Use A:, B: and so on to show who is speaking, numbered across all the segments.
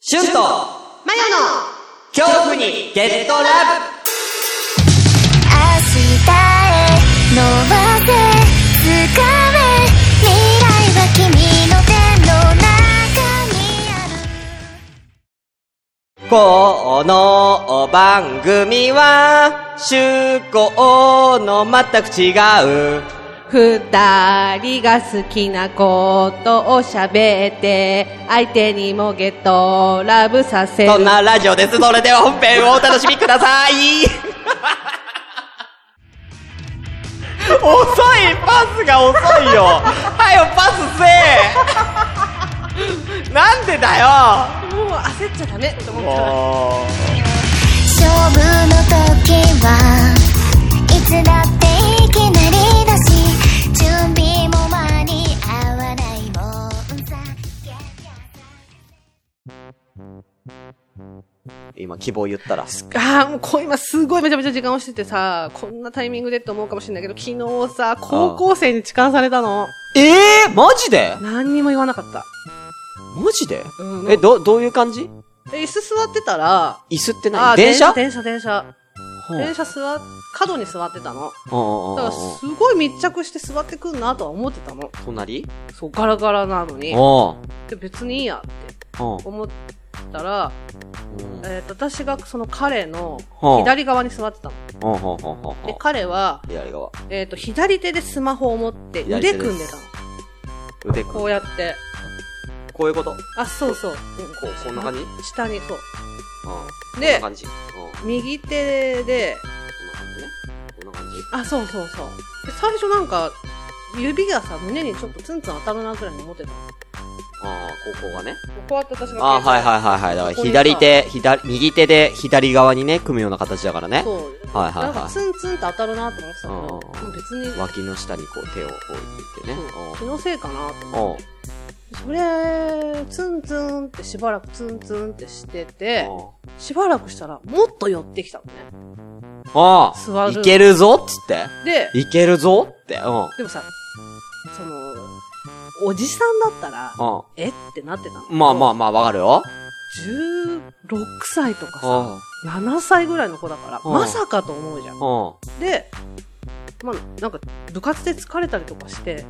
A: シュンと
B: マヨの
A: 恐怖にゲットラブ
C: 明日へ伸ばせ掴め未来は君の手の中にある
A: この番組は趣向の全く違う
B: 二人が好きなことを喋って相手にもゲットラブさせる
A: そんなラジオですそれでは本編をお楽しみください遅いパスが遅いよはよパスせえなんでだよ
B: もう焦っちゃダメと思ったら
A: も
C: 勝負の時はいつだっていきなりだし準備も間に合わないもんさ
A: う今希望言ったら
B: ああ、もうこう今すごいめちゃめちゃ時間をしててさ、こんなタイミングでって思うかもしれないけど、昨日さ、高校生に痴漢されたの。
A: ええー、マジで
B: 何にも言わなかった。
A: マジで
B: うん
A: え、ど、どういう感じ
B: で椅子座ってたら、
A: 椅子って
B: あ
A: 何
B: ー
A: 電車
B: 電車、電車。
A: ほう
B: 電車座っ、角に座ってたの。
A: うんうん
B: だ
A: うん
B: か
A: う
B: ら、
A: ん
B: すごい密着して座ってくんなとは思ってたの。
A: 隣
B: そう、ガラガラなのに。
A: おう
B: で、別にいいやって
A: おう
B: 思ったら、
A: うん
B: えっ、と、私がその彼の
A: ほう
B: 左側に座ってたの。
A: ほうほうほうほうほ
B: で
A: う、
B: 彼は、
A: 左側。
B: えっ、と、左手でスマホを持って
A: 左手
B: 腕
A: です
B: 組んでたの。
A: 腕こ
B: こうやって。
A: う。こういうことこ
B: あ、そうそう。
A: う、こんな感じうん。こ
B: 下に、そう。
A: んな
B: で、
A: 感じ。うん。こんな
B: 右手で、
A: 感じね。こんな感じ。
B: あ、そうそうそう。で最初なんか、指がさ、胸にちょっとツンツン当たるなぐらいに思ってたの。
A: ああ、ここがね。
B: こうやって私が。
A: ああ、はいはいはいはい。だから
B: ここにさ
A: 左手、左、右手で左側にね、組むような形だからね。
B: そう。
A: はいはい
B: なんか
A: は
B: ツンツンって当たるなと思ってたんだけ
A: うん
B: ど、別に
A: い。、脇の下にこう手を置いてね。
B: そう気のせいかなと
A: お
B: 思
A: お
B: って。それ、ツンツンってしばらくツンツンってしてて、
A: お
B: しばらくしたらもっと寄ってきたのね。
A: あ
B: 座
A: あ、
B: る
A: いけるぞっつって。
B: で、
A: いけるぞって。うん。
B: でもさ、その、おじさんだったら、
A: う
B: えってなってたの。
A: ん。まあまあ。まあ、わかるよ。
B: 16歳とか
A: う
B: さ、
A: ん。
B: 7歳ぐらいの子だから、
A: うん
B: まさかと思うじゃん。
A: う
B: で、まあ、なんか、部活で疲れたりとかして、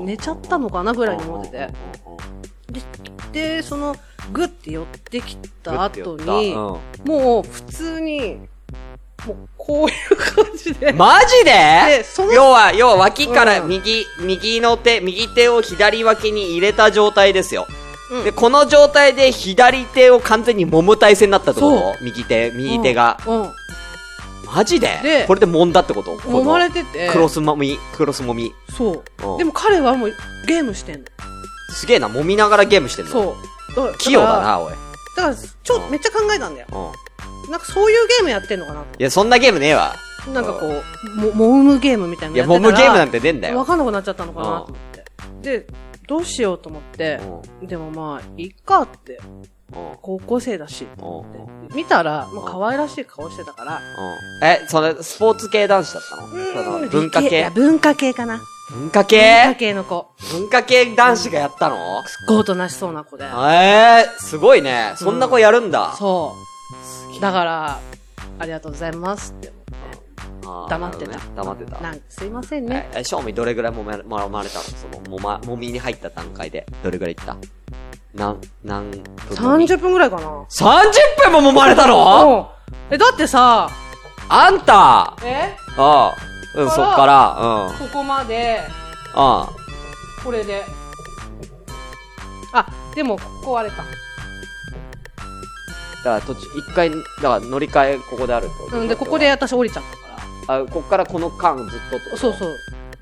A: ん。
B: 寝ちゃったのかなぐらいに思ってて。で、その、グッて寄ってきた後に、
A: うん
B: もう普通に、もうこういう感じで。
A: マジ
B: で、
A: で
B: その、
A: 要は、要は脇から
B: うん
A: 右、右の手、右手を左脇に入れた状態ですよ。
B: うん
A: で、この状態で左手を完全に揉む体勢になったってこ
B: そ
A: と右手、右手が。
B: うん。
A: マジで
B: で
A: これで揉んだってことこの
B: 揉まれてて。
A: クロス揉み、クロス揉み。
B: そうう。
A: ん
B: でも彼はもうゲームしてんの。
A: すげえな、揉みながらゲームしてんの。う。
B: そう。だから
A: 器用だ。な、おい。うん。
B: だから、ちょ
A: う、ん
B: めっちゃ考えたんだよ。なんかそういうゲームやってんのかなと
A: いや、そんなゲームねえわ。
B: なんかこう、も、もむゲームみたい
A: い
B: な
A: や、
B: のや
A: 揉
B: ってた
A: む
B: ら
A: ゲームなんてねえんだよ。
B: わかんなくなっちゃったのかなと思って。で、どうしようと思って、でもまあ、いいかって、
A: うん。うん。
B: 高校生だし、と思
A: う
B: って。見たら、まあ、可愛らしい顔してたから、
A: え、それ、スポーツ系男子だったのその文化
B: 理いや
A: 系
B: 文化系かな。
A: 文化
B: 文化
A: 系
B: 系の子。
A: 文化系男子がやったの
B: すっごいおとなしそうな子で。
A: えー、すごいね。そんな子やるんだ。
B: そう。だから、ありがとうございますって思って。
A: あー
B: 黙ってた
A: なるほどね、黙って
B: なんかすいません
A: た。
B: ね。
A: え、え賞味どれぐらいもめ、もらわれたのその、もま、もみに入った段階で。どれぐらいいったなん、なん分揉み
B: 30分ぐらいかな。
A: 30分も揉まれたの
B: うんえ、だってさ、
A: あんたあ
B: え
A: あ。うん、そっから、うん。
B: ここまで、
A: あ
B: これで。あ、でも、ここあれか。
A: あ。だから途中、一回、だから乗り換えここであるってこと
B: うん、で、ここで。私降りちゃったか
A: あ、ここからこの間ずっとってこと
B: ら。そうそう。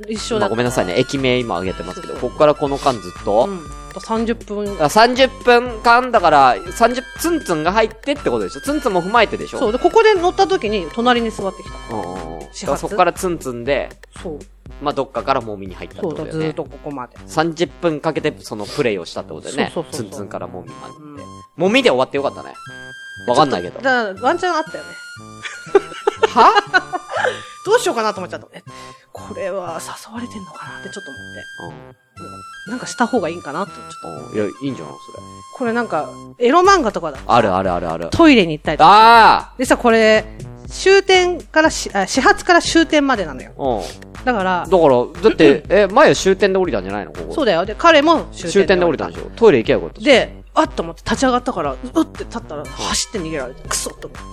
B: 一緒
A: ま
B: だ
A: あ
B: っ
A: ご。
B: た
A: めんなさいね。駅名今上げてますけど、
B: そうそ
A: こ
B: う
A: こからこの間ずっと。
B: うん。あと30分。
A: あ30分間だから、30、ツンツンが入ってってことでしょツンツンも踏まえてでしょ
B: そう。で、ここで乗った時に、隣に座ってきた
A: うんうんうん。だ
B: 始発
A: からそこからツンツンで、
B: の。そう。
A: まあ、どっかからもみに入ったって
B: そ
A: こ
B: う
A: とだ
B: だ、ず
A: よ
B: ー
A: ね
B: っ。とここまで。
A: 30分かけて、そのプレイをしたってことだよね。
B: そうそうそうそう
A: ツンツンからもみまで
B: うん。
A: もみで終わってよかったね。わかんないけど。
B: だから、ワンチャンあったよね。
A: は
B: どうしようかなと思っちゃった。え、これは誘われてんのかなってちょっと思って。
A: うん
B: なんかした方がいいんかなって。
A: いや、いいんじゃん、それ。
B: これなんか、エロ漫画とかだ。
A: あるあるあるある。
B: トイレに行ったりとか。
A: あ
B: でさ、これ、終点からし、あ始発から終点までなのよ。
A: あうん。
B: だから、
A: だから、だって、え、前は終点で降りたんじゃないのここ。
B: そうだよ。で、彼も終点
A: 終点で降りたんでしょトイレ行けばよかったじ
B: で、あっと思って立ち上がったから、ううって立ったら、走って逃げられて、クソっと思って。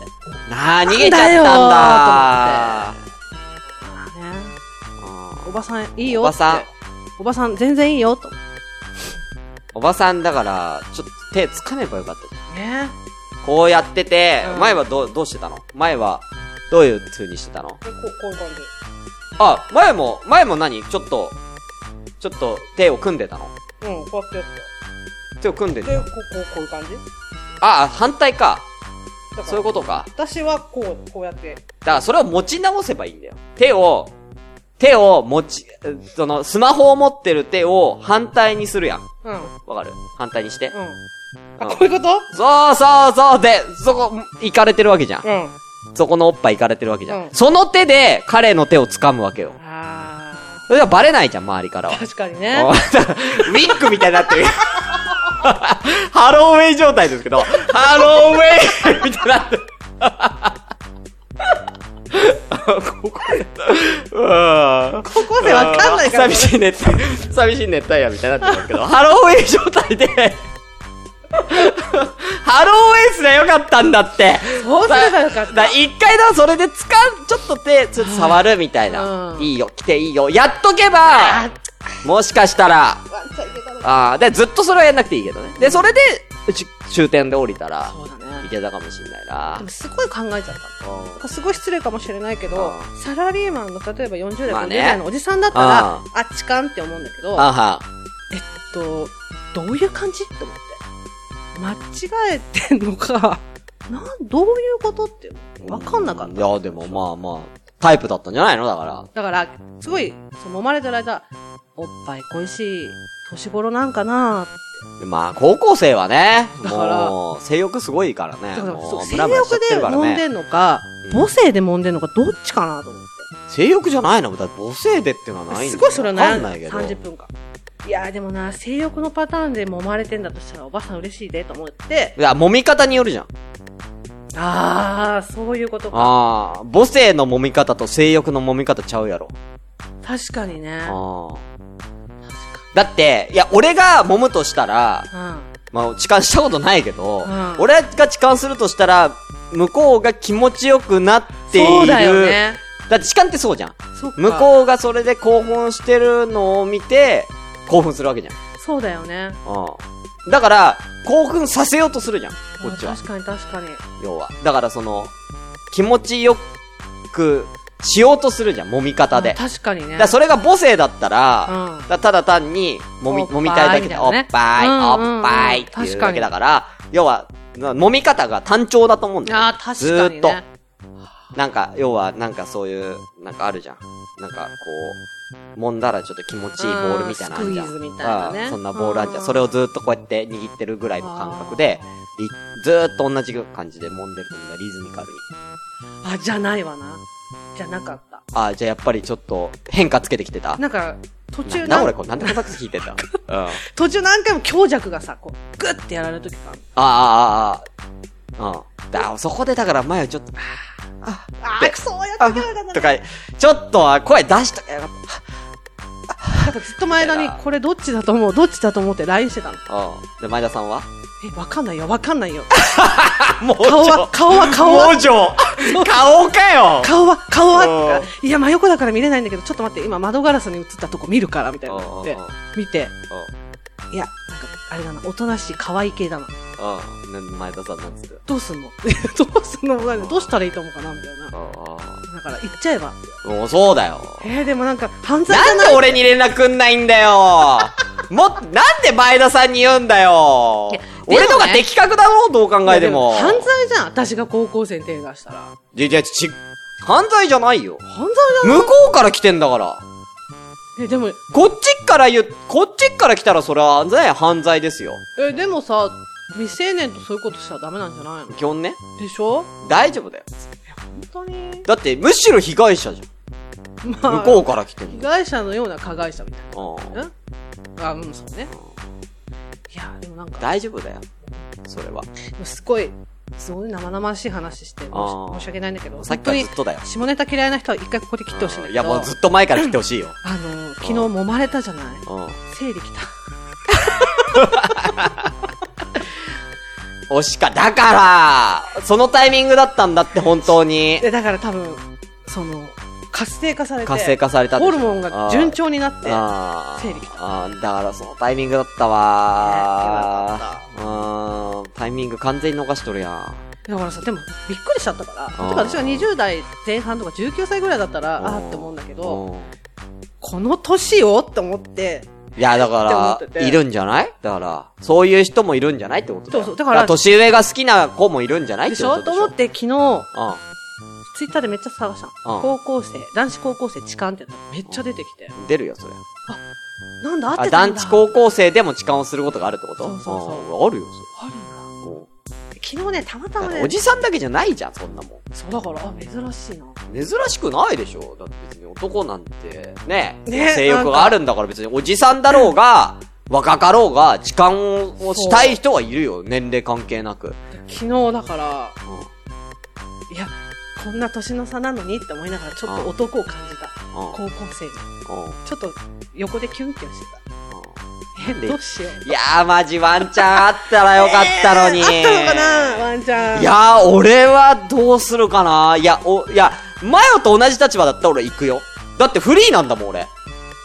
A: ゃん。なあ、逃
B: げちゃった
A: んだ
B: ね、
A: ー。
B: おばさんいいよ
A: お
B: っ
A: ば
B: て。
A: さん。
B: おばさん全然いいよと。
A: おばさんだから、ちょっと手掴めばよかったじゃん。
B: ね
A: こうやってて
B: う、ん
A: 前はどう、どうしてたの前は、どういう風にしてたの
B: こう、こういう感じ。
A: あ、前も、前も何ちょっと、ちょっと手を組んでたの
B: うん、こうやってや
A: 手を組んで
B: こう、こう、こういう感じ
A: あ、反対か。
B: だ
A: そういうことか。
B: 私はこう、こうやって。
A: だからそれを持ち直せばいいんだよ。手を、手を持ち、えその、スマホを持ってる手を反対にするやん。
B: うん、うん。
A: わかる反対にして。
B: あ、こういうこと
A: そうそうそうで、そこ、行かれてるわけじゃん。
B: うん。
A: そこのおっぱい行かれてるわけじゃん。
B: うん
A: その手で彼の手を掴むわけよ。
B: あ
A: それはバレないじゃん、周りからは
B: ー。。確かに
A: あ
B: ね。
A: ウィッグみたいになってる。 ハローウェイ状態ですけど、ハローウェイみたいになってる。 ここで、うん。
B: 高校生わかんないから。
A: 寂しい 熱帯、寂しい熱帯夜みたいになってますけど、ハローウェイ状態で、ハローウェイすりゃよかったんだって。
B: そうすればよかった
A: だ一回だ、それでつかん、ちょっと手、ちょっと触るみたいな。
B: うん
A: いいよ、来ていいよ。やっとけば、もしかしたら、
B: ワンちゃんいけたの
A: ああ、で、ずっとそれはやんなくていいけどね。で、それで、ち終点で降りたら、
B: そうだ
A: い
B: ね。
A: けたかもしんないな
B: でも。すごい考えちゃった。
A: うん
B: すごい失礼かもしれないけど
A: う、
B: サラリーマンの、例えば40代、
A: まあね
B: 50代のおじさんだったら、
A: う
B: あっちかんって思うんだけど、
A: あは。
B: えっと、どういう感じって思って。間違えてんのか、 なん、どういうことって、わかんなかっ
A: い
B: た。
A: や、でもまあまあ、タイプだったんじゃないのだから。
B: だから、すごい、その揉まれてる間、おっぱい恋しい、年頃なんかな
A: まあ、高校生はね、
B: だから
A: もう、性欲すごいからね。
B: だから、
A: も
B: そう
A: う
B: 性
A: ムラムラしちゃっ
B: 欲
A: てる
B: で
A: から
B: 揉んで
A: ね。
B: んのか、
A: うん
B: 母性で揉んでんのか、どっちかなと思って。
A: 性欲じゃないのだって母性でっていうのはないんだよ
B: すごいそれは
A: わか
B: 悩
A: ん
B: ん
A: な
B: だ
A: いけど。
B: 30分間いやーでもな性欲のパターンで揉まれてんだとしたらおばさん嬉しいでと思って
A: いや、揉み方によるじゃん。
B: ああそういうことか
A: ああ、母性の揉み方と性欲の揉み方ちゃうやろ。
B: 確かにね
A: ああ。だって、いや、俺が揉むとしたら、
B: う
A: まあ、痴漢したことないけど、
B: うん
A: 俺が痴漢するとしたら、向こうが気持ちよくなってい
B: ん
A: る。
B: そうだよね
A: だって痴漢ってそうじゃん。
B: そっか
A: 向こうがそれで興奮してるのを見て、興奮するわけじゃん。
B: そうだよね
A: うん。だから、興奮させようとするじゃん。こっち
B: あ
A: は
B: ー。確かに確かに
A: 要は。だからその、気持ちよくしようとするじゃん。揉み方で。
B: あー確かにね
A: だからそれが母性だったら、
B: うん
A: だただ単に揉み
B: おっぱい
A: 揉みたいだけで、おっ
B: みたいなね
A: ぱい、
B: うんうんうん
A: おっぱいっていう
B: 確
A: だ
B: か
A: け
B: に
A: だから、要は、な揉み方が単調だと思うんだよ。
B: あー確かにね
A: ずーっと。なんか、要は、なんかそういう、なんかあるじゃん。なんか、こう、揉んだらちょっと気持ちいいボールみたいなのあるじゃん。
B: うんスクイーズみたいなね
A: ああそんなボールあるじゃん。
B: うん
A: それをずーっとこうやって握ってるぐらいの感覚で、いずーっと同じ感じで揉んでるんだ、リズミカルに。
B: あじゃないわなじゃなかった
A: ああ、じゃあやっぱりちょっと変化つけてきてた
B: なんか途中
A: なんだ
B: な
A: 俺これ、なんでコサックス弾いてんだ うん。
B: 途中何回も強弱がさこうグッてやられる時がある
A: ああ、ああ、ああ。だそこでだから前はちょっと、あ
B: あ
A: で
B: ークソやっ
A: あ、
B: た
A: あ
B: けばよかったな
A: とか、ちょっとは声出しとかよかっ
B: なんかずっと前田にこれどっちだと思うどっちだと思って LINE してたの
A: た。うん。で、前田さんは
B: え、わかんないよ、わかんないよ。
A: あ、もう
B: 顔は、顔は、顔は、
A: 情顔かよ
B: 顔は、顔は
A: うん、
B: いや、真横だから見れないんだけど、ちょっと待って、今窓ガラスに映ったとこ見るから、みたいなの
A: うん
B: っ
A: うんう
B: て
A: んうん、
B: 見て、いや、なんか、あれだな、おとなしい、可愛い系だな。
A: うん。ね前田さんなんですよ。
B: どうすんの どうすんのもないどうしたらいいと思うかな、みたいな。
A: あ
B: だから、行っちゃえば。
A: あ。もうそうだよ。
B: えー、でもなんか、犯罪じ
A: な
B: ゃ
A: ん
B: な
A: で
B: い
A: 俺に連絡くんないんだ よもっ、なんで前田さんに言うんだよ
B: いやでもね
A: 俺のが的確だろうどう考えても。
B: いやで犯罪じゃん、私が高校生に手出したら。犯
A: いやいやち、犯罪じゃないよ。
B: 罪じ
A: 向こうから来てんだから。
B: ゃん。え、でも、
A: こっちから言う、こっちから来たらそれはね、犯罪ですよ。
B: え、でもさ、未成年とそういうことしたらダメなんじゃないの
A: 基本ね。
B: でしょ
A: 大丈夫だよ。
B: 本当に。
A: だって、むしろ被害者じゃん。
B: まあ
A: 向 こうから来てる
B: 被害者のような加害者みたい
A: あ
B: な。んあ、うん、そうね。いや、でもなんか、
A: 大丈夫だよ。それは。
B: すごい、すごい生々しい話して、申し
A: あー
B: 申し訳ないんだけど、
A: さっ
B: 本
A: きか
B: 当
A: ら
B: に
A: ずっとだよ。
B: 下ネタ嫌いな人は一回ここで切ってほしいんだ
A: うん
B: け
A: や、も
B: ど
A: う、ずっと前から切ってほしいよ。
B: あの、昨日揉まれたじゃない
A: うん。
B: 生理来た。
A: 惜しか。だから、そのタイミングだったんだって、本当に。
B: で、だから多分、その、活性化されて、
A: 活性化されたでしょ
B: ホルモンが順調になって、
A: あー
B: 生理来
A: あーだからそのタイミングだった
B: ね
A: わー。うーんタイミング完全に逃しとるやん。
B: だからさ、でも、びっくりしちゃったから、
A: ー
B: とか私が20代前半とか19歳ぐらいだったら、ああーって思うんだけど、
A: う
B: この年をって思って、
A: んいや、だ
B: っ
A: か
B: て思って
A: ら、
B: て
A: いるんじゃないだから、そういう人もいるんじゃないってことだよ
B: そうそうだから
A: 年上が好きな子もいるんじゃない
B: でしょ
A: って
B: と
A: こと
B: 思って昨日、
A: うん。
B: ツイッターでめっちゃ探したの。
A: うん
B: 高校生、男子高校生痴漢ってのめっちゃ出てきて。
A: 出るよ、それ。
B: なんだ、合っ
A: あ、
B: てたん
A: 団
B: だ。
A: 地高校生でも痴漢をすることがあるってこと
B: そうそうそ
A: うんあるよ、
B: あるんだ
A: それ。うん
B: 昨日ね、たまた
A: だ
B: ま
A: って
B: ね、
A: おじさんだけじゃないじゃん、そんなもん。
B: そうだから、あ、珍しいな。
A: 珍しくないでしょだって別に男なんて、ね、
B: ね
A: 性欲があるんだから別におじさんだろうが、若かろうが、痴漢をしたい人はいるよ。年齢関係なく。
B: 昨日だから、いや、こんな年の差なのにって思いながら、ちょっと男を感じた。
A: うん。うん。
B: 高校生に。
A: う
B: ちょっと横でキュンキュンしてた。
A: ん。
B: え、
A: で
B: どうしよう。
A: いやー、マジワンチャンあったらよかったのに。
B: えーあったのかなワンちゃん。
A: いやー、俺はどうするかないや、お、いや、マヨと同じ立場だったら俺行くよ。だってフリーなんだもん、俺。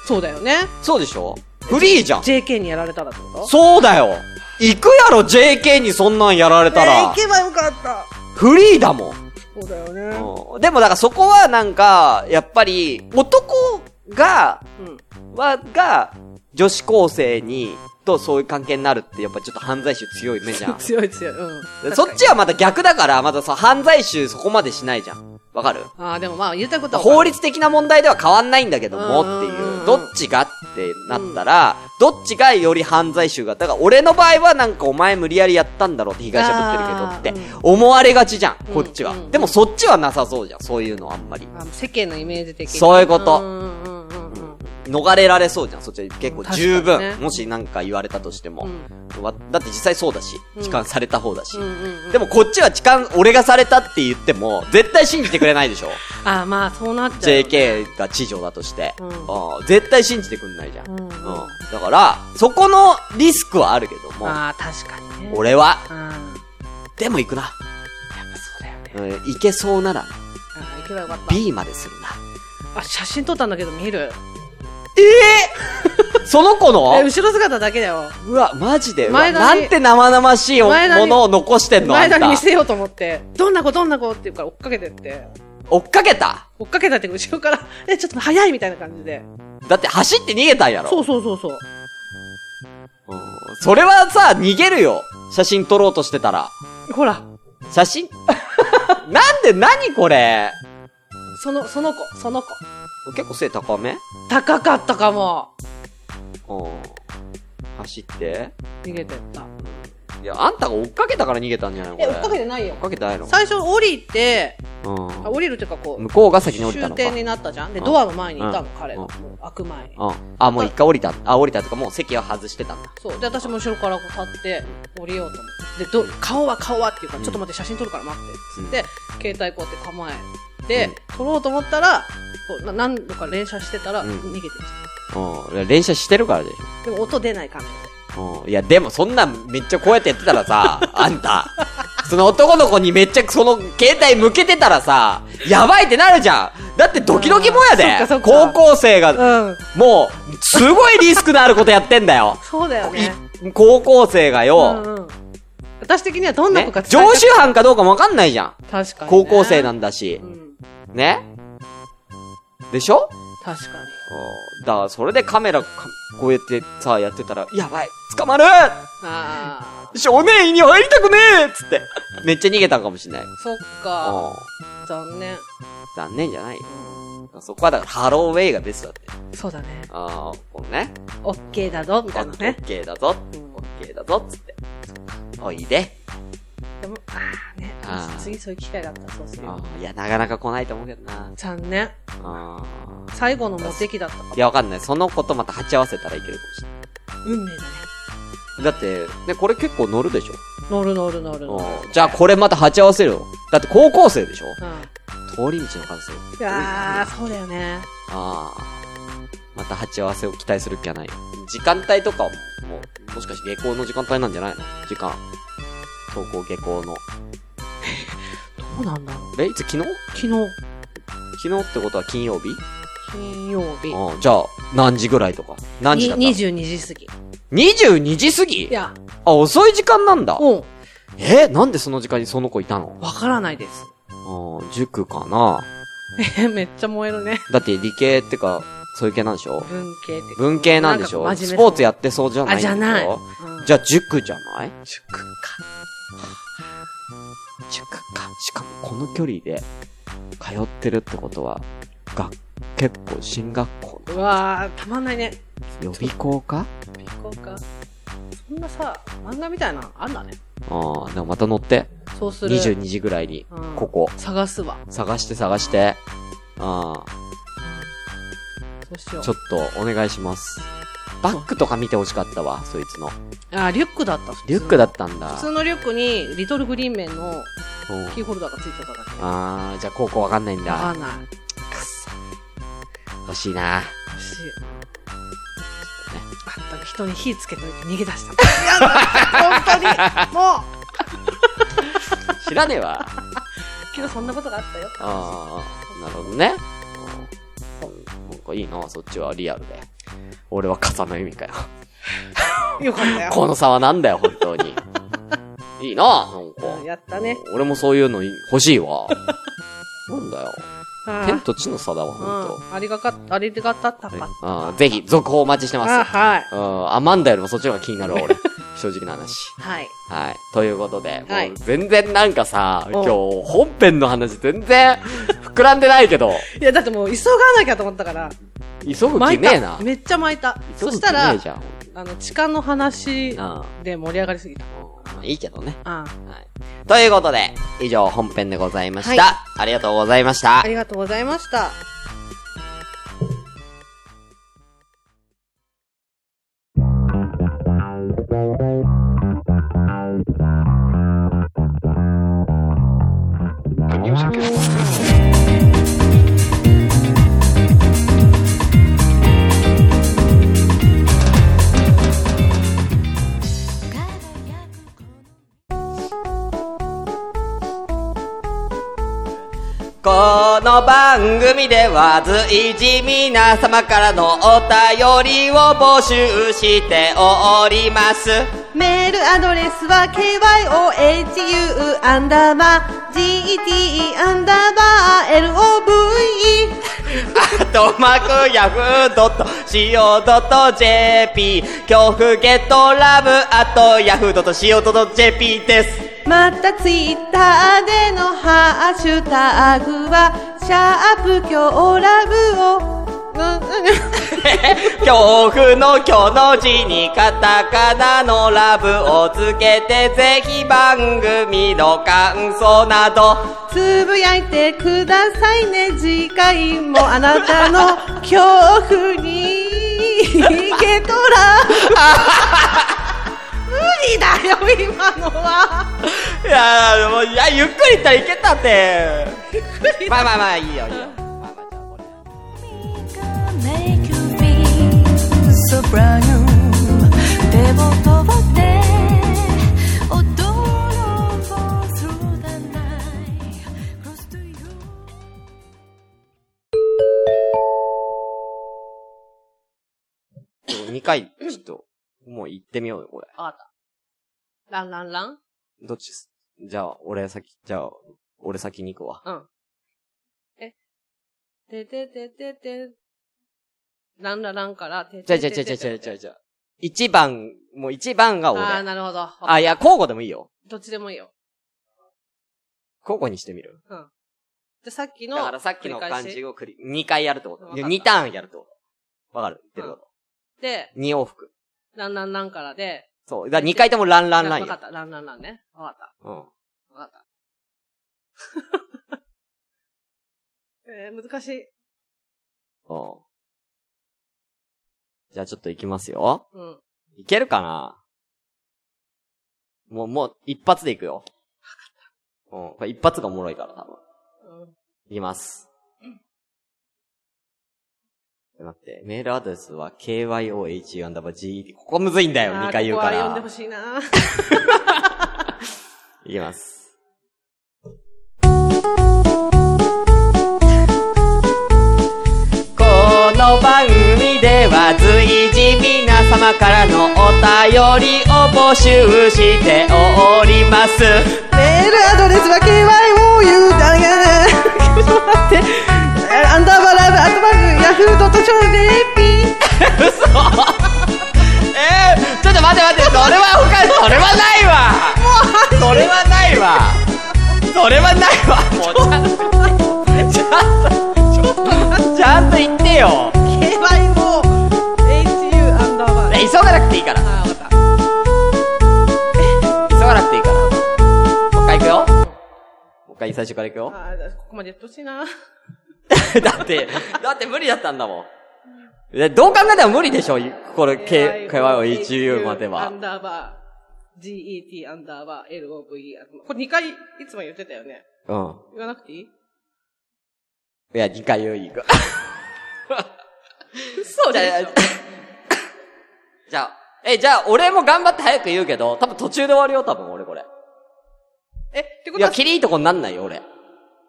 B: そうだよね。
A: そうでしょフリーじゃん。
B: JK にやられたらってこと
A: そうだよ。行くやろ、JK にそんなんやられた
B: えー
A: ら
B: 行。けばよかった。
A: フリーだもん。
B: そうだよね。
A: うんでも、だからそこはなんか、やっぱり、男が、
B: うん。
A: は、が、女子高生に、とそういう関係になるって、やっぱちょっと犯罪臭強い目じ ゃん。
B: 強い強い。うん。
A: そっちはまた逆だから、またさ、犯罪臭そこまでしないじゃん。わかる
B: ああ、でもまあ言いたいことはわかる
A: 法律的な問題では変わんないんだけどもって
B: うんうん
A: いうう、
B: ん
A: どっちがってなったら、どっちがより犯罪集が、だから俺の場合はなんかお前無理やりやったんだろうって被害者ぶってるけどって
B: あ
A: 思われがちじゃん
B: う、ん
A: こっちは
B: うんう。ん
A: でもそっちはなさそうじゃん、そういうのあんまり。
B: あの世間のイメージ的に。
A: そういうこと
B: うんうんうんうん
A: 逃れられそうじゃん、そっちは結構十
B: 確か
A: 分。
B: にね
A: もしなんか言われたとしても
B: う。ん。
A: わだって実際そうだし、
B: うん
A: 痴漢された方だし
B: うん。うんうん。
A: でもこっちは痴漢、俺がされたって言っても、絶対信じてくれないで しょ。
B: ああ、まあそうなっちゃうよね。
A: JK が地上だとして、
B: うん
A: ああ絶対信じてくんないじゃん。
B: うん
A: うんだから、そこのリスクはあるけども、
B: ああ、確かにね。。
A: 俺は、
B: うん。やっ
A: でも行くな。
B: ぱそうだよね。
A: うん、行けそうなら、
B: ああ、行けばよかった。
A: B までするな。
B: あ、写真撮ったんだけど見る。
A: えー、その子の
B: え、後ろ姿だけだよ。
A: うわ、マジで。うわ
B: 前
A: な
B: 田に
A: んて生々しいおも
B: 前田に
A: のを残してんのあ
B: 前
A: ん
B: 田に見
A: た。
B: せようと思って、どんな子どんな子って言うから追っかけてって、
A: 追っかけた
B: 追っかけたって後ろから、 え、ちょっと早いみたいな感じで。
A: だって走って逃げたんやろ。
B: そうそうそうそう。
A: うんそれはさ、逃げるよ。写真撮ろうとしてたら。
B: ほら、
A: 写 真なんで、何これ
B: その、その子、その子。
A: 結構背高め
B: 高かったかも。
A: うん。走って。
B: 逃げてった。
A: いや、あんたが追っかけたから逃げたんじゃないのこ
B: え、
A: れ。
B: 追っかけてないよ
A: 追っ。かけてないの
B: 最初降りて、あ
A: う
B: 降りるっていうかこ
A: ん。向
B: う、
A: こうが先に降りた
B: 終
A: のか。
B: 点になったじゃん。で、
A: うん
B: ドアの前にいたの、
A: うん
B: 彼が。
A: う
B: も
A: ん
B: う開く前に。
A: うん。あ、もう一回降りた。あ、降りたとか、もう席を外してたんだ。
B: そう。で、私も後ろからこう立って、降りようと思って。で、ど、顔は顔はっていうから、ちょっと待って、写真撮るから待って。つって、携帯こうやって構えて、撮ろうと思ったら、こうな何度か連射してたら、
A: うん
B: 逃げてっち
A: うん。連射してるからでし
B: ゃう。でも音出ないカメ
A: ょ。うん。いや、でもそんなんめっちゃこうやってやってたら さ、あんた。その男の子にめっちゃその携帯向けてたらさ、やばいってなるじゃん。だってドキドキもや
B: うんそっかそ
A: で
B: っ。
A: 高
B: か
A: 校生が、
B: ラで。うん。
A: もう、すごいリスクのあることやってんだよ。
B: そうだよ ね。
A: い高校生が
B: う
A: よ、
B: んうん。私的にはどんな
A: ね
B: 子か、伝え
A: 常
B: た
A: 習犯かどうかもわかんないじゃん。
B: 確かに、
A: 高校生なんんだし
B: う。ん。
A: ねでしょ
B: 確かに。
A: だから、それでカメラか、こうやってさ、やってたら、やばい捕まる
B: ああ。
A: 少年院に入りたくねえつって。めっちゃ逃げたんかもしれない。
B: そっか。
A: うん
B: 残念。
A: 残念じゃないよ。そこはだから、ハローウェイがベストだって。
B: そうだね。
A: ああ、このね。
B: オッケーだぞ、み
A: オ
B: たいな
A: ッ
B: ね。
A: ケーだぞ。オッケーだぞ。つって。おいで。
B: でも、ああね
A: あ。ー
B: 次そういう機会があったらそうする
A: あ
B: よ。
A: ーいや、なかなか来ないと思うけどな。
B: 残念。
A: あー
B: 最後のモテ期だったかも
A: いや、わかんない。その子とまた鉢合わせたらいけるかもしれない。
B: 運命だね。
A: だって、ね、これ結構乗るでしょ。
B: 乗る乗る乗る乗る。
A: うんじゃあこれまた鉢合わせるよ。だって高校生でしょ
B: うん。
A: 通り道の感想。
B: いやー、そうだよね。
A: ああ。また鉢合わせを期待する気はない。時間帯とかも、もうもしかして下校の時間帯なんじゃないの時間。登校下校の。
B: どうなんだろう。
A: え、いつ昨日
B: 昨日、
A: 昨日ってことは金曜日
B: 金曜日。
A: ああじゃあ、何時ぐらいとか。何時だった
B: に22時過ぎ。
A: 22時過
B: い
A: ぎ
B: や、
A: あ、遅い時間なんだ。
B: うん。
A: えーなんでその時間にその子いたの
B: わからないです。
A: ああ塾かな
B: え、めっちゃ燃えるね。
A: だって理系ってか、そういう系なんでしょ
B: 文系って。
A: 文系なんでしょ
B: なんか真面
A: ス
B: 目そう
A: ポーツやってそうじゃないんで
B: あ、じ
A: しょ
B: ゃない。
A: じ
B: ゃ、
A: ゃあ塾じゃない
B: 塾か。
A: 塾か。しかもこの距離で通ってるってことは、が、結構進学校
B: うわー、たまんないね。
A: の予備校か
B: 行こうか。そんなさ、漫画みたいなのあんだね。
A: ああ、でもまた乗って。
B: そうする。
A: 22時ぐらいに
B: う、ん
A: ここ、
B: 探すわ。
A: 探して探して。あ
B: そうしよ
A: あ、
B: う。
A: ちょっとお願いします。バッグとか見て欲しかったわ、そいつの。
B: あ、リュックだった。普通
A: リュ
B: の
A: ックだったんだ。
B: 普通のリュックに、リトルグリーンメンの
A: うん
B: キーホルダーがついてただけ。
A: ああ、じゃあ高校わかんないん
B: わか
A: だ。
B: んない。
A: 欲しいな。
B: 欲しい。あった人に火つけて逃げ出した。本当にもう
A: 知らねえわ。
B: けどそんなことがあったよ。
A: ああ、なるほどね。うんなんかいいな、そっちはリアルで。俺は傘の意味かよ。
B: よかったよ。
A: この差はなんだよ、本 当に。いいな、なん
B: うん
A: か。
B: やったね。
A: 俺もそういうのい欲しいわ。なんだよ。
B: あ
A: 天と地の差だわ、ほんと。
B: ありがかありがたったかった。
A: あーぜひ、続報お待ちして
B: あ
A: ます。
B: はい。
A: うん、アマンダよりもそっちの方が気になる わ、俺。正直な話。
B: はい。
A: はい。ということで、も
B: はいう
A: 全然なんかさ、
B: お
A: 今日本編の話全然膨らんでないけ ど、
B: いや、だってもう急がなきゃと思ったから。
A: 急ぐ気
B: 巻い
A: ねえな
B: た。。めっちゃ巻いた。
A: 急ぐ
B: そ
A: 気ね
B: したら
A: え、じゃん。
B: あの、痴漢の話
A: あ
B: で盛り上がりすぎた。
A: あいいけどね。
B: あ
A: はい。ということで、以上本編でございました。
B: は
A: ありがとうございました
B: あ。りがとうございました。
A: この番組では随時皆様からのお便りを募集しております。
B: メールアドレスは kyohu アンダーバー gete アンダーバー love
A: アットマークヤフー .co.jp 恐怖ゲットラブアットヤフー .co.jp です。
B: またツイッターでのハッシュタグはシャープ強ラブを
A: 恐怖の今日の字にカタカナのラブをつけてぜひ番組の感想など
B: つぶやいてくださいね次回もあなたの恐怖にゲトラ無理だよ今のはい
A: やーもういやゆっくりといけたって まあまあまあいいよいいよまあまあじゃあこれ
D: Make you feel so brand new 手を取って踊ろう through the night Close to you
A: ?2 回ちょっともう行ってみようよこれ
B: あったランランラン
A: どっちすじゃあ俺先じゃあ俺先に行くわ
B: うんえてててててランラランからて
A: じゃ
B: て
A: あじゃ
B: て
A: あじゃあじゃあじゃあ
B: て
A: じゃあ
B: て
A: じゃあ1番もう1番が俺
B: ああ
A: あ
B: なるほど
A: いや交互でもいいよ
B: どっちでもいいよ
A: 交互にしてみる
B: うんでさっきの
A: だからさっきの感
B: 繰り返
A: じ
B: し
A: を繰り、2回やるってこと。
B: わかった
A: 2ターンやるってこと。わかる言ってること。
B: で
A: 2往復。
B: ランランランからで
A: そう。だから2回ともランランラン
B: わかっ
A: よ。
B: た、ランランランね。わかっ
A: うん。
B: た、わかった。 えー、難しい。
A: うんじゃあちょっと行きますよ。
B: うん。
A: いけるかなもう、もう、一発でいくよ。うん。これ一発がおもろいから、多分。いきます。待って、メールアドレスは kyohu-ge ここむずいんだよ、
B: あー
A: 2回言うか
B: ここは
A: ら。
B: 読んでほしいな。
A: いきます。この番組では随時皆様からのお便りを募集しております。
B: メールアドレスは KYOU だが、ちょっと待って、アンダーバーライブ、アットマーク、ヤフードットショーでピー。
A: えー、ちょっと待って待って、それは他に、それはないわそれはないわそれはないわもうちゃんと、ちゃんと、ちゃんと言ってよ
B: KYOHU アンダーバーライ
A: 急がなくていいから
B: ブ。。あー、わかった。
A: 急がなくていいから。もう一回行くよ。もう一回最初から行くよ。
B: あー、ここまでやってほしいな。
A: だって、だって無理だったんだもん。でどう考えても無理でしょこれ、K、K、Y、O、H、U まで
B: ア
A: は
B: ン。ダーバー、GET アンダーバー、LOVE。これ2回、いつも言ってたよね。
A: うん。
B: 言わなくていい
A: いや、二回言う、行く。
B: 嘘
A: じ
B: で
A: ゃ
B: し
A: あ
B: ょ、
A: じゃあ、え、じゃあ、俺も頑張って早く言うけど、多分途中で終わるよ、多分俺これ。
B: え、って
A: い
B: こと
A: や、
B: は、
A: キリいいとこになんないよ、俺。うん、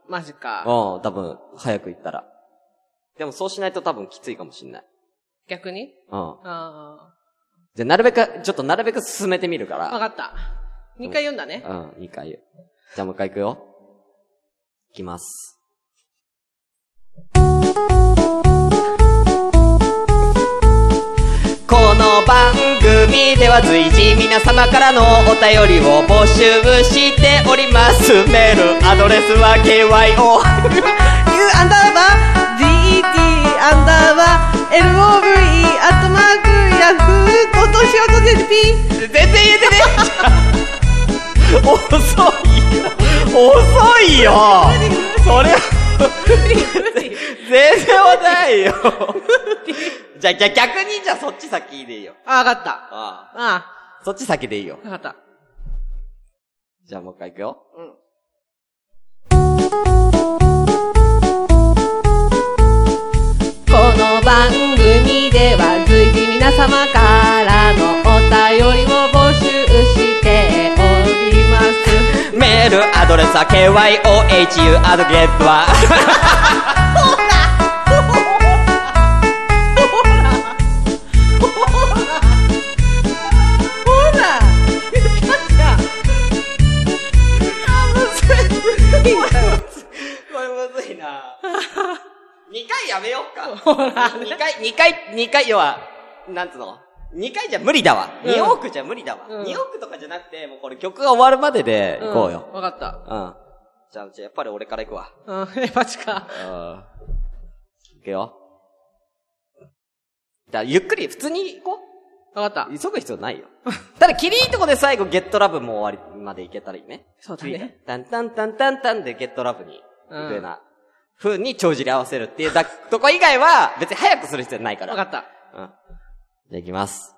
B: マジか。
A: 多分、早く行ったら。でもそうしないと多分きついかもしんない。
B: 逆に
A: うん。
B: あ
A: じゃあ、なるべく、ちょっとなるべく進めてみるから。
B: あ。わかった。2回読んだね。
A: うん、2回言う。じゃあもう一回行くよ。いきます。この番組では随時皆様からのお便りを募集しております。メールアドレスは KYO。
B: U アンダーバー、DET アンダーバー、LOVE アットマーク、ヤフー、ドットショート ZP。
A: 全然言えてねえ 遅いよ遅いよそれは全然わないよ じゃあじゃあ逆にじゃあそっち先でいいよ
B: あ、わかった。
A: あ
B: あ
A: あそっち先でいいよ
B: あ、わかった。
A: じゃあもう一回いくよ
B: うん。
A: この番組では随時皆様からのお便りを募集しておりますメールアドレスは KYOHU アドゲットは
B: ほら
A: これむずいな二回やめよっか。二回、二回、二回、要は、なんつうの二回じゃ無理だわ。
B: うん
A: 二、億じゃ無理だわ。
B: うん
A: 二、億とかじゃなくて、もうこれ曲が終わるまでで行こうよ。
B: んわかった。
A: うん。じゃあ、じゃあやっぱり俺から行くわ。
B: うん、え、マジか。
A: うん。行くよ。じゃあ、ゆっくり、普通に行こ
B: わかっ
A: う。急ぐ必要 ないよ。ただ、キリいいとこで最後、ゲットラブも終わりまで行けたらいいね。
B: そうだね。
A: タンタンタンタンタンでゲットラブに、みたいな、風に帳尻合わせるっていうだ、 とこ以外は、別に早くする必要ないか
B: た。
A: ら。
B: わかった。
A: うん。じゃあ行きます。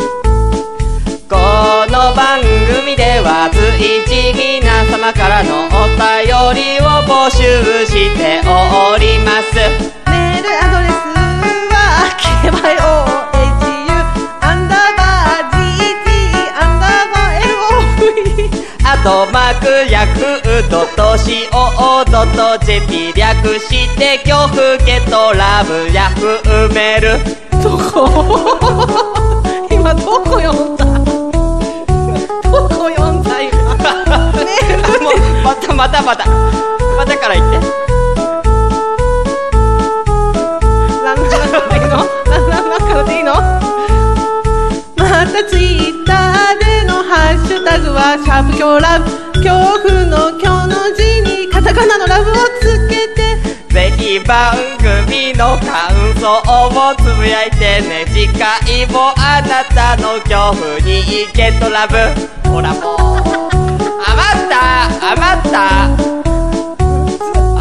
A: この番組では随時皆様からのお便りを募集しております。
B: メールアドレスは、KYOHU、アンダーバー、GET、アンダーバー、LOVE。
A: あとマークヤフードと CO.jp 略して恐怖ゲットラブヤフーメール
B: どこ今どこ読んだどこ読んだ今。メー ル
A: もうまたまたまたまたから言って
B: ランラン中でいいのランラン中でいいのまたツイッターでのハッシュタグはシャープ強ラブ恐怖の今日の字にカタカナのラブをつけて
A: ぜひ番組の感想をつぶやいてね次回もあなたの恐怖にゲットラブほらもう余った余った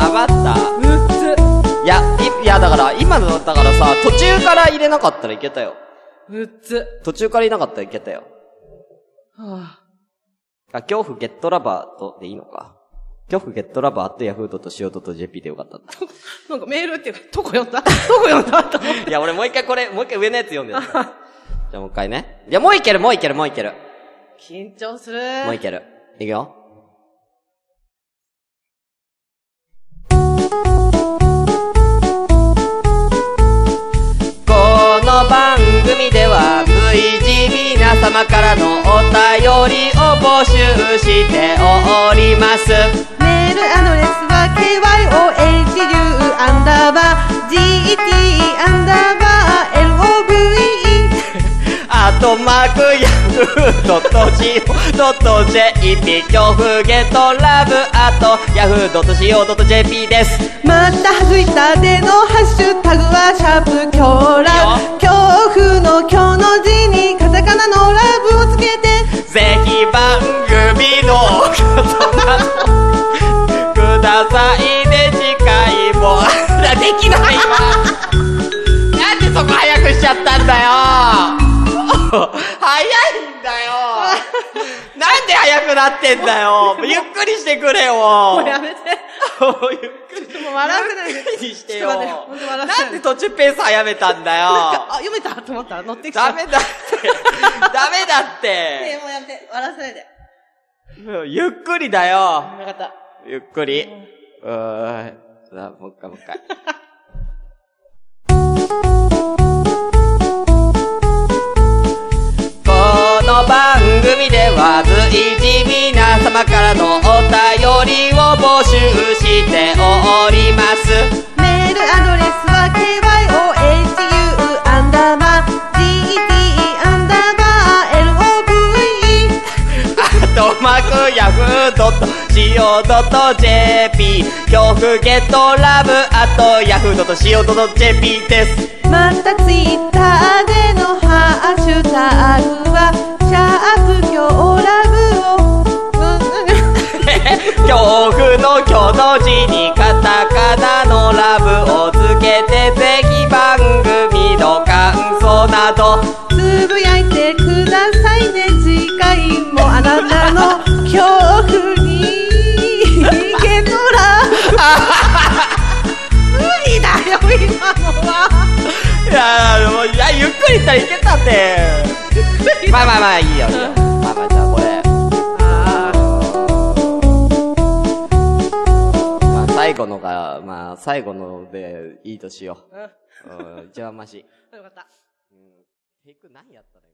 A: 余った
B: 6つ
A: いや、いや、だから、今のだからさ、途中から入れなかったらいけたよ。
B: うっつ。
A: 途中からいなかったらいけたよ。
B: はあ、
A: あ、恐怖ゲットラバーとでいいのか。恐怖ゲットラバーってヤフードと塩と JP でよかったんだ。
B: なんかメールっていうか、どこ読んだどこ読んだと思っ て。
A: いや、俺もう一回これ、もう一回上のやつ読んでる。じゃあもう一回ね。いや、もういける、もういける、もういける。
B: 緊張する。
A: もういける。いくよ。この番組では随時皆様からのお便りを募集しております。
B: メールアドレスは kyohu アンダーバー get アンダーバー love
A: あとマークヤフードと .co.jp 恐怖ゲットラブあとヤフードと .co.jp です。
B: またツイッターでのハッシュタグはシャープ狂ラ
A: いいよ
B: 恐怖の今日の字にカタカナのラブをつけて
A: ぜひ番組の方くださいね次回もあできないわなんでそこ早くしちゃったんだよ早いんだよなんで早くなってんだよゆっくりしてくれよも
B: もうやめて
A: うゆっくり
B: もう笑わせないで
A: ゆっくりにして
B: ち
A: よ
B: ょっと待って本当笑わせない
A: なんで途中ペース早めたんだよ
B: あ読めたと思ったら乗ってきた
A: ダメだってダメだっ
B: ねえ
A: て
B: もうやめて笑わせないで
A: ゆっくりだよ
B: 分かった
A: ゆっくり。うーん。さあ、もう一回もう 一回。この番組では随時皆様からのお便りを募集しております。
B: メールアドレスは kyohu アンダーバー get アンダーバ
A: あとマークヤフードと CO.jp 恐怖ゲットラブあとヤフードと CO.jp です。
B: ー love またツイッターでのハッシュタグはシャープ今日ラブを
A: 恐怖の巨の字にカタカナのラブをつけてぜひ番組の感想など
B: つぶやいてくださいね次回もあなたの恐怖に逃げの ら無理だよ今のはい
A: やもういやゆっくりしたらいけたってまあまあまあいいよいいよまあまあじゃあこれまあ最後のがまあ最後のでいいとしよう、うん、一番マシ
B: よかった
A: テイク何やったね